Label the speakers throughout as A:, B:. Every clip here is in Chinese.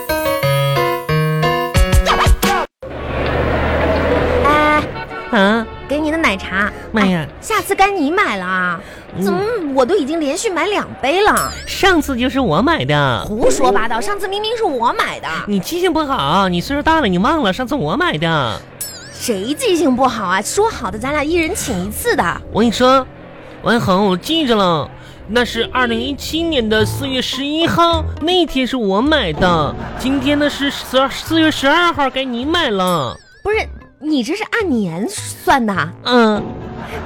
A: 哎
B: 啊妈呀，嗯
A: 下次该你买了啊！怎么我都已经连续买两杯了？
B: 上次就是我买的，
A: 胡说八道！上次明明是我买的，
B: 你记性不好，你岁数大了，你忘了上次我买的。
A: 谁记性不好啊？说好的咱俩一人请一次的，
B: 我跟你说，王恒，我记着了，那是二零一七年的四月十一号，那天是我买的。今天呢是十四月十二号，该你买了。
A: 不是你这是按年算的？啊
B: 嗯，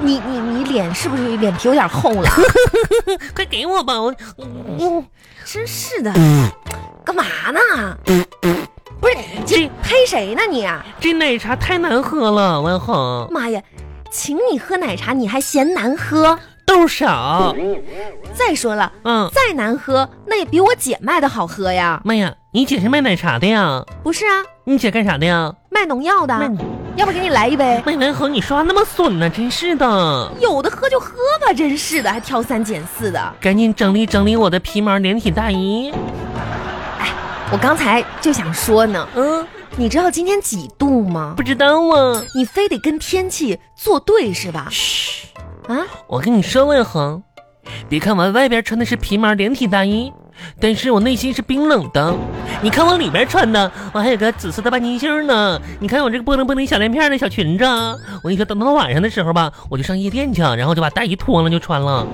A: 你你你脸是不是脸皮有点厚 了？
B: 快给我吧，我
A: 真是的，干嘛呢？不是你这
B: 这
A: 黑谁呢你？啊
B: 这奶茶太难喝了，王恒，
A: 妈呀，请你喝奶茶你还嫌难喝？
B: 豆少。
A: 再说了，
B: 嗯，
A: 再难喝那也比我姐卖的好喝呀。
B: 妈呀，你姐是卖奶茶的呀？
A: 不是啊，
B: 你姐干啥的呀？
A: 卖农药的
B: 卖，
A: 要不给你来一杯？
B: 卖文恒，你说话那么损呢、真是的。
A: 有的喝就喝吧，真是的，还挑三拣四的。
B: 赶紧整理整理我的皮毛连体大衣。
A: 我刚才就想说呢，
B: 嗯，
A: 你知道今天几度吗
B: 不？知道啊。
A: 你非得跟天气作对是吧？
B: 嘘，
A: 啊，
B: 我跟你说，文恒，别看我外边穿的是皮毛连体大衣，但是我内心是冰冷的。你看我里边穿的，我还有个紫色的半截袖呢。你看我这个波棱波棱小亮片的小裙子，我跟你说，等到晚上的时候吧，我就上夜店去，然后就把大衣脱了就穿了，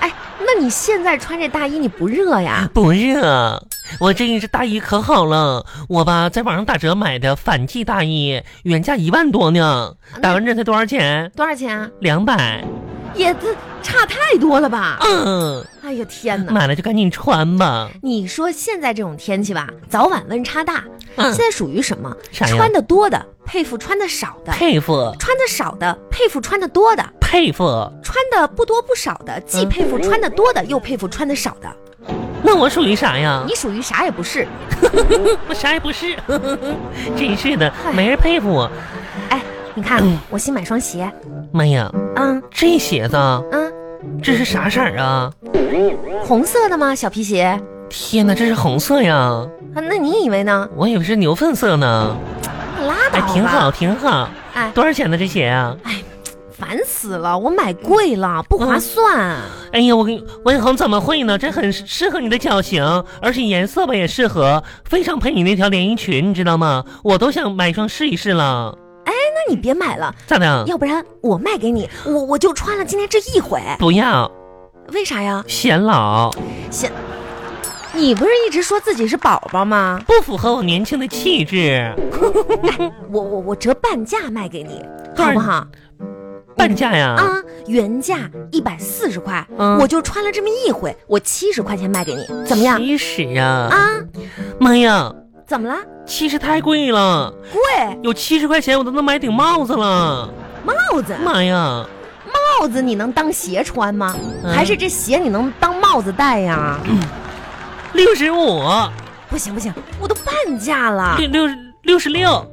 A: 哎，那你现在穿这大衣你不热呀？
B: 不热。我这一身大衣可好了，我吧在网上打折买的反季大衣，原价一万多呢，
A: 哎
B: 打完折才多少钱？
A: 多少钱啊？
B: 两百。
A: 也这差太多了吧？
B: 嗯，
A: 哎呀天哪！
B: 买了就赶紧穿吧。
A: 你说现在这种天气吧，早晚温差大，
B: 嗯
A: 现在属于什么？
B: 啥呀
A: 穿的多的佩服穿的少的，
B: 佩服，
A: 穿的少的佩服穿的多的，
B: 佩服。
A: 穿的不多不少的，既佩服穿的多的，又佩服穿的少的。
B: 那我属于 啥呀？
A: 你属于啥也不是。
B: 我啥也不是， 真是的，没人佩服我。
A: 哎，你看
B: 嗯
A: 我新买双鞋，
B: 妈呀，
A: 嗯
B: 这鞋子
A: 嗯，
B: 这是啥色儿啊？
A: 红色的吗？小皮鞋啊？
B: 天哪，这是红色呀！
A: 那你以为呢？
B: 我以为是牛粪色呢。
A: 拉倒，
B: 哎
A: 吧，
B: 挺好，挺好。
A: 哎
B: 多少钱呢？这鞋啊？
A: 烦死了，我买贵了，不
B: 嗯
A: 划算。
B: 哎呀，我跟你，文恒怎么会呢？这很适合你的脚型，而且颜色吧也适合，非常配你那条连衣裙，你知道吗？我都想买一双试一试了。
A: 那你别买了，
B: 咋的？
A: 要不然我卖给你，我我就穿了今天这一回。
B: 不要
A: 为啥呀？
B: 显老，
A: 先，你不是一直说自己是宝宝吗？ 哎
B: 不符合我年轻的气质。
A: 我我我折半价卖给你，
B: 多
A: 好
B: 少
A: 不好？
B: 半价呀？
A: 啊，原价一百四十块，
B: 嗯
A: 我就穿了这么一回，我七十块钱卖给你，怎么样？
B: 七十呀！
A: 啊，
B: 妈呀，
A: 怎么了？
B: 七十太贵了，
A: 贵
B: 有七十块钱我都能买顶帽子了。
A: 帽子，
B: 妈呀，
A: 帽子你能当鞋穿吗？
B: 嗯
A: 还是这鞋你能当帽子戴呀？
B: 六十五，
A: 不行不行，我都半价了，
B: 六六六十六，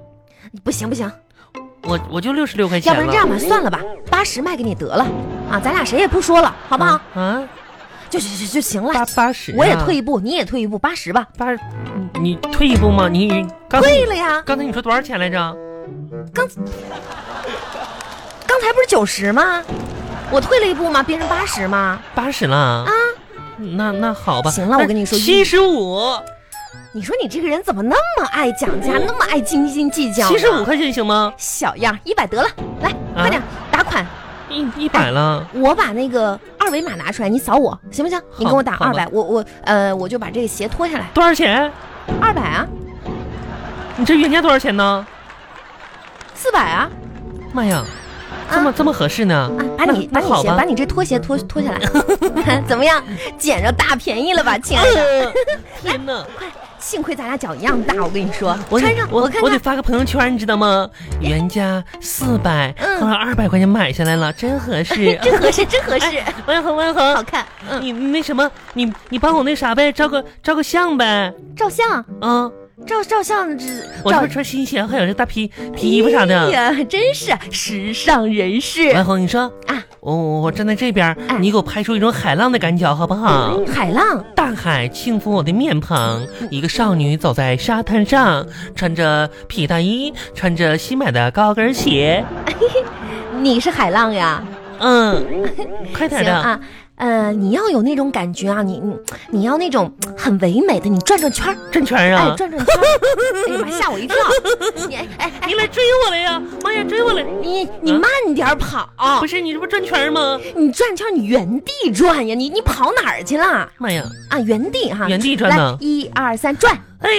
A: 不行不行，
B: 我我就六十六块钱
A: 要
B: 了。
A: 不然这样吧，算了吧，八十卖给你得了，啊，咱俩谁也不说了，好不好？
B: 啊，
A: 就就就就行了
B: 八，八十、啊
A: 我也退一步，你也退一步，八十吧，
B: 八，你退一步吗？你你刚才
A: 对嗯了呀，
B: 刚才你说多少钱来着？
A: 刚才不是九十吗？我退了一步吗？变成八十吗？
B: 八十了啊？那那好吧，
A: 行了我跟你说
B: 七十五，
A: 你说你这个人怎么那么爱讲
B: 嗯
A: 价，那么爱斤斤计较？
B: 七十五，块钱行吗？
A: 小样，一百得了，来，
B: 啊
A: 快点打款，
B: 一一百了，
A: 我把那个二维码拿出来，你扫我，行不行？你给我打
B: 好
A: 二
B: 好吧
A: 百，我我呃，我就把这个鞋脱下来，
B: 多少钱？
A: 二百啊，
B: 你这原价多少钱呢？
A: 四百啊，
B: 妈呀，这么、这么合适呢？
A: 啊，把你把
B: 那那
A: 你
B: 好
A: 鞋
B: 吧
A: 把你这拖鞋脱脱下 来， 怎么样？捡着大便宜了吧，亲爱的？
B: 呃天哪！
A: 快，幸亏咱俩脚一样大，我跟你说，
B: 我
A: 穿上
B: 我
A: 我看
B: 我得
A: 看。
B: 发个朋友圈，你知道吗？原价四百，
A: 嗯
B: 花二百块钱买下来了，真合 适。
A: 真合适，真合适，
B: 万恒，万
A: 好
B: 恒，
A: 看。嗯，
B: 你你那什么，你你帮我那啥呗，照个照个相呗。
A: 照相，
B: 嗯，
A: 照照相，这
B: 我这
A: 照
B: 不穿新鞋，还有这大皮皮衣服啥
A: 哎
B: 的。嗯
A: 呀，真是时尚人士
B: 万恒，你说
A: 啊！
B: 我我我我站在这边
A: 哎，
B: 你给我拍出一种海浪的感觉，好不好？
A: 海浪，
B: 大海轻抚我的面庞，一个少女走在沙滩上，穿着皮大衣，穿着新买的高跟鞋。
A: 你是海浪呀？
B: 嗯，快点
A: 行
B: 的，
A: 啊，呃，你要有那种感觉啊，你你你要那种很唯美的，你转转圈儿，
B: 转圈
A: 哎，
B: 啊！
A: 转转圈儿， 哎呀妈，吓我一跳！你哎哎哎，
B: 你来追我了呀！妈呀，追我了！
A: 你你慢点儿跑，
B: 不是你这不转圈吗？
A: 你转圈儿你原地转呀，你你跑哪儿去了？
B: 妈呀！
A: 啊，原地哈，
B: 原地转
A: 来
B: 呢
A: 一二三，转，
B: 嘿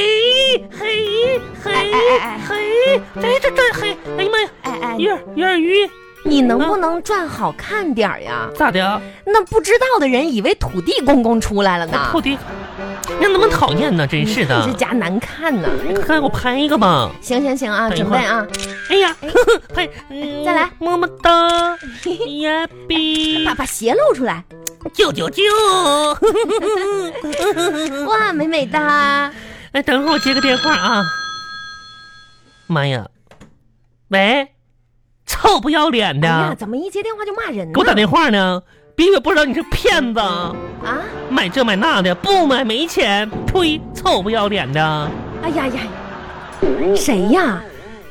B: 嘿嘿
A: 哎哎哎
B: 嘿，这这这嘿！哎呀妈呀！
A: 哎哎，
B: 鱼儿鱼儿鱼，
A: 你能
B: 嗯
A: 不能转好看点儿呀？
B: 咋的啊呀？
A: 那不知道的人以为土地公公出来了呢
B: 破，地，你怎么那么讨厌呢？真是
A: 你
B: 的
A: 嗯这，家难看呢。
B: 快给我拍一个吧！
A: 行行行啊，
B: 等一
A: 准
B: 会
A: 备
B: 儿
A: 啊，
B: 哎呀，呵呵 拍，嗯
A: 再来，
B: 么么哒， 呀比
A: 把，把鞋露出来，
B: 救救 救！嗯
A: 哇，美美哒。
B: 哎，等会儿我接个电话啊。妈呀，喂，臭不要脸
A: 哎呀，
B: 的，
A: 怎么一接电话就骂人呢？
B: 给我打电话呢！别以为不知道你是骗子，
A: 啊！
B: 买这买那的，不买没钱，呸，臭不要脸的
A: 哎呀呀，谁呀？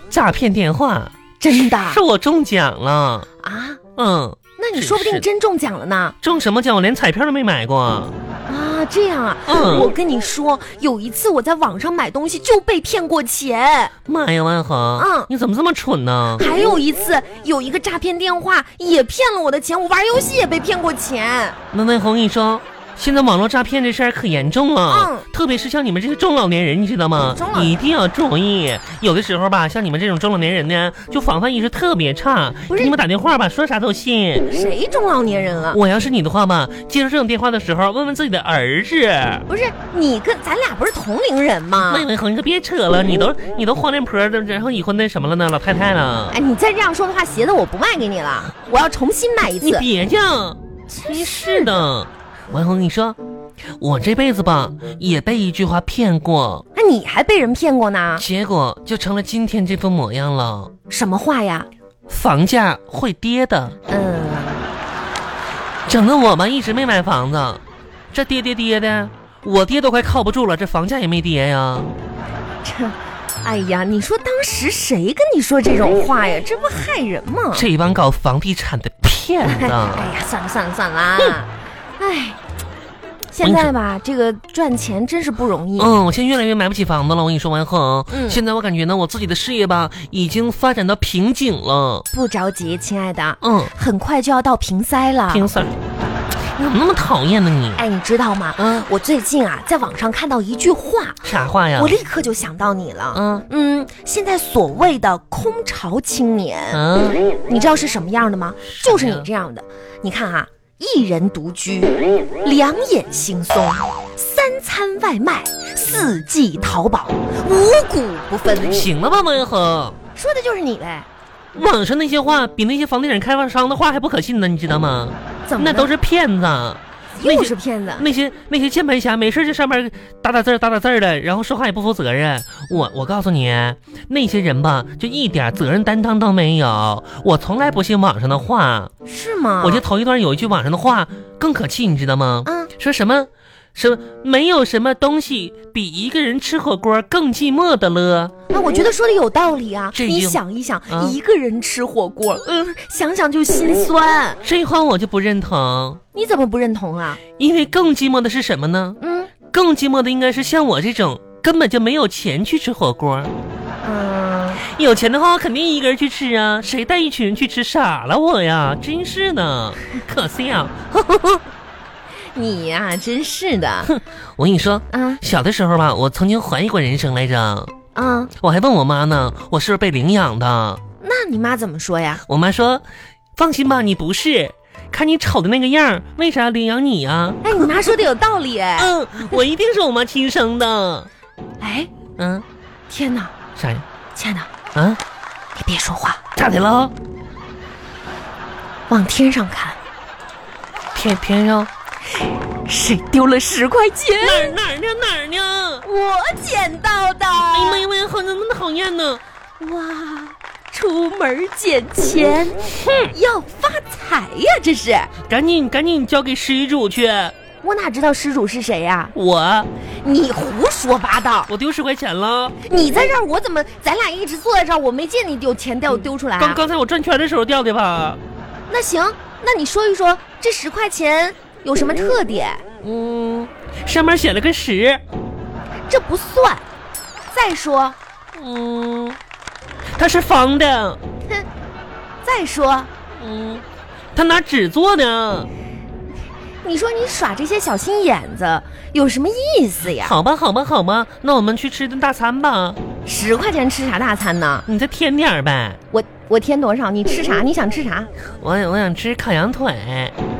B: 诈骗电话，
A: 真的
B: 是我中奖了，
A: 啊？
B: 嗯。
A: 那你
B: 是
A: 说不定
B: 是
A: 真中奖了呢！
B: 中什么奖？我连彩票都没买过。
A: 啊，这样啊，
B: 嗯
A: 我跟你说，有一次我在网上买东西就被骗过钱，
B: 妈哎呀，万恒，
A: 嗯
B: 你怎么这么蠢呢？
A: 还有一次有一个诈骗电话也骗了我的钱，我玩游戏也被骗过钱。
B: 那万恒，你说现在网络诈骗这事儿可严重了，
A: 嗯
B: 特别是像你们这些中老年人，你知道吗
A: 中老？年
B: 一定要注意。有的时候吧，像你们这种中老年人呢，就防范意识特别差。
A: 不是
B: 给你们打电话吧，说啥都信。
A: 谁中老年人了？
B: 我要是你的话吧，接到这种电话的时候，问问自己的儿子。
A: 不是你跟咱俩不是同龄人吗
B: 那？文恒，你可别扯了，你都你都黄脸婆儿，然后已婚那什么了呢，老太太了。
A: 哎，你再这样说的话，鞋子我不卖给你了，我要重新买一
B: 你
A: 次。
B: 别犟，真是的。王红，你说我这辈子吧，也被一句话骗过，
A: 哎，你还被人骗过呢？
B: 结果就成了今天这副模样了。
A: 什么话呀？
B: 房价会跌的，
A: 嗯，
B: 整的我吧一直没买房子，这跌跌跌的，我爹都快靠不住了，这房价也没跌呀。
A: 这，哎呀，你说当时谁跟你说这种话呀？这不害人吗？
B: 这帮搞房地产的骗
A: 哎
B: 子，
A: 哎呀，算了算了算了
B: 嗯
A: 啊！哎，现在吧，这个赚钱真是不容易。
B: 嗯，我现在越来越买不起房子了。我跟你说，王恒，
A: 嗯
B: 现在我感觉呢，我自己的事业吧，已经发展到瓶颈了。
A: 不着急，亲爱的，
B: 嗯，
A: 很快就要到瓶塞了。
B: 平三儿，你怎么那么讨厌呢你？
A: 哎，你知道吗？
B: 嗯，
A: 我最近啊，在网上看到一句话，
B: 啥话呀
A: 我？立刻就想到你了。
B: 嗯
A: 嗯，现在所谓的空巢青年，
B: 嗯，
A: 你知道是什么样的吗？
B: 么呀
A: 就是你这样的。你看啊，一人独居，两眼惺忪，三餐外卖，四季淘宝，五谷不分，
B: 行了吧，王一恒，
A: 说的就是你呗？
B: 网上那些话比那些房地产开发商的话还不可信呢，你知道吗？
A: 怎么
B: 那
A: 了
B: 都是骗子。那
A: 又
B: 些
A: 是骗子？
B: 那些那些键盘侠没事就上面打打字儿打打字儿的，然后说话也不负责任。我我告诉你，那些人吧，就一点责任担当都没有。我从来不信网上的话，
A: 是吗？
B: 我觉得头一段有一句网上的话更可气，你知道吗？
A: 啊，
B: 说什么什么没有什么东西比一个人吃火锅更寂寞的了。
A: 那啊我觉得说的有道理啊。
B: 这
A: 你
B: 就
A: 想一想，
B: 啊
A: 一个人吃火锅，嗯，想想就心酸。
B: 这话我就不认同，
A: 你怎么不认同啊？
B: 因为更寂寞的是什么呢？
A: 嗯
B: 更寂寞的应该是像我这种根本就没有钱去吃火锅，
A: 嗯，
B: 有钱的话我肯定一个人去吃啊，谁带一群人去吃傻了我呀？真是的，可笑。
A: 你呀、真是的。
B: 我跟你说，
A: 啊
B: 小的时候吧，我曾经怀疑过人生来着，
A: 啊，
B: 我还问我妈呢，我是不是被领养的？
A: 那你妈怎么说呀？
B: 我妈说：“放心吧，你不是，看你丑的那个样儿，为啥领养你啊
A: 哎，你妈说的有道理？”哎。
B: 嗯，我一定是我妈亲生的。
A: 哎，
B: 嗯，
A: 天哪，
B: 啥呀？
A: 亲爱的，
B: 啊，
A: 你别说话，
B: 咋的了？
A: 往天上看，
B: 天天上
A: 谁丢了十块钱？
B: 哪儿哪儿呢哪儿呢？
A: 我捡到的。
B: 哎呀妈呀，好，怎么那么讨厌呢？
A: 哇，出门捡钱，哼，要发财呀！这是
B: 赶紧赶紧交给失主去。
A: 我哪知道失主是谁呀、
B: 我
A: 你胡说八道！
B: 我丢十块钱了，
A: 你在这儿，我怎么咱俩一直坐在这儿？我没见你有钱掉丢出来、啊。
B: 刚刚才我转圈的时候掉的吧？
A: 那行，那你说一说这十块钱有什么特点？
B: 嗯，上面写了个十，
A: 这不算。再说，
B: 嗯，它是方的，
A: 哼，再说，
B: 嗯，它拿纸做的。
A: 你说你耍这些小心眼子有什么意思呀？
B: 好吧，好吧，好吧，那我们去吃顿大餐吧。
A: 十块钱吃啥大餐呢？
B: 你再添点儿呗。
A: 我我添多少？你吃啥？你想吃啥？
B: 我我想吃烤羊腿。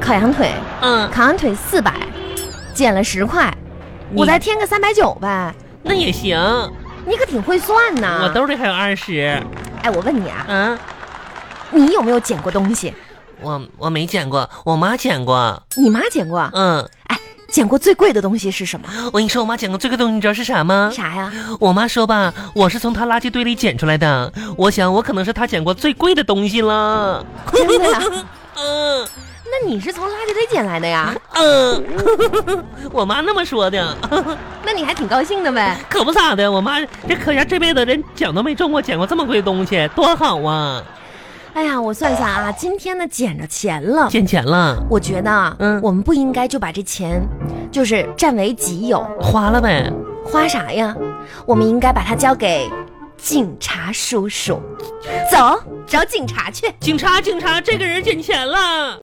A: 烤羊腿，
B: 嗯，
A: 烤羊腿四百，减了十块，
B: 你
A: 我再添个三百九呗。
B: 那也行。
A: 你可挺会算呐！
B: 我兜里还有二十。
A: 哎，我问你啊，
B: 嗯，
A: 你有没有捡过东西？
B: 我我没捡过，我妈捡过。
A: 你妈捡过？
B: 嗯，
A: 哎，捡过最贵的东西是什么？
B: 我跟你说，我妈捡过最贵的东西，你知道是啥吗？
A: 啥呀？
B: 我妈说吧，我是从她垃圾堆里捡出来的。我想，我可能是她捡过最贵的东西了。
A: 真的呀？
B: 嗯
A: 那你是从垃圾堆捡来的呀？
B: 嗯， 我妈那么说的，
A: 那你还挺高兴的呗？
B: 可不咋的。我妈这可家这辈子人奖都没中过，捡过这么贵的东西，多好啊！
A: 哎呀，我算算啊，今天呢捡着钱了，
B: 捡钱了，
A: 我觉得啊，
B: 嗯
A: 我们不应该就把这钱就是占为己有，
B: 花了呗。
A: 花啥呀？我们应该把它交给警察叔叔，走，找警察去。
B: 警察，警察，这个人捡钱了。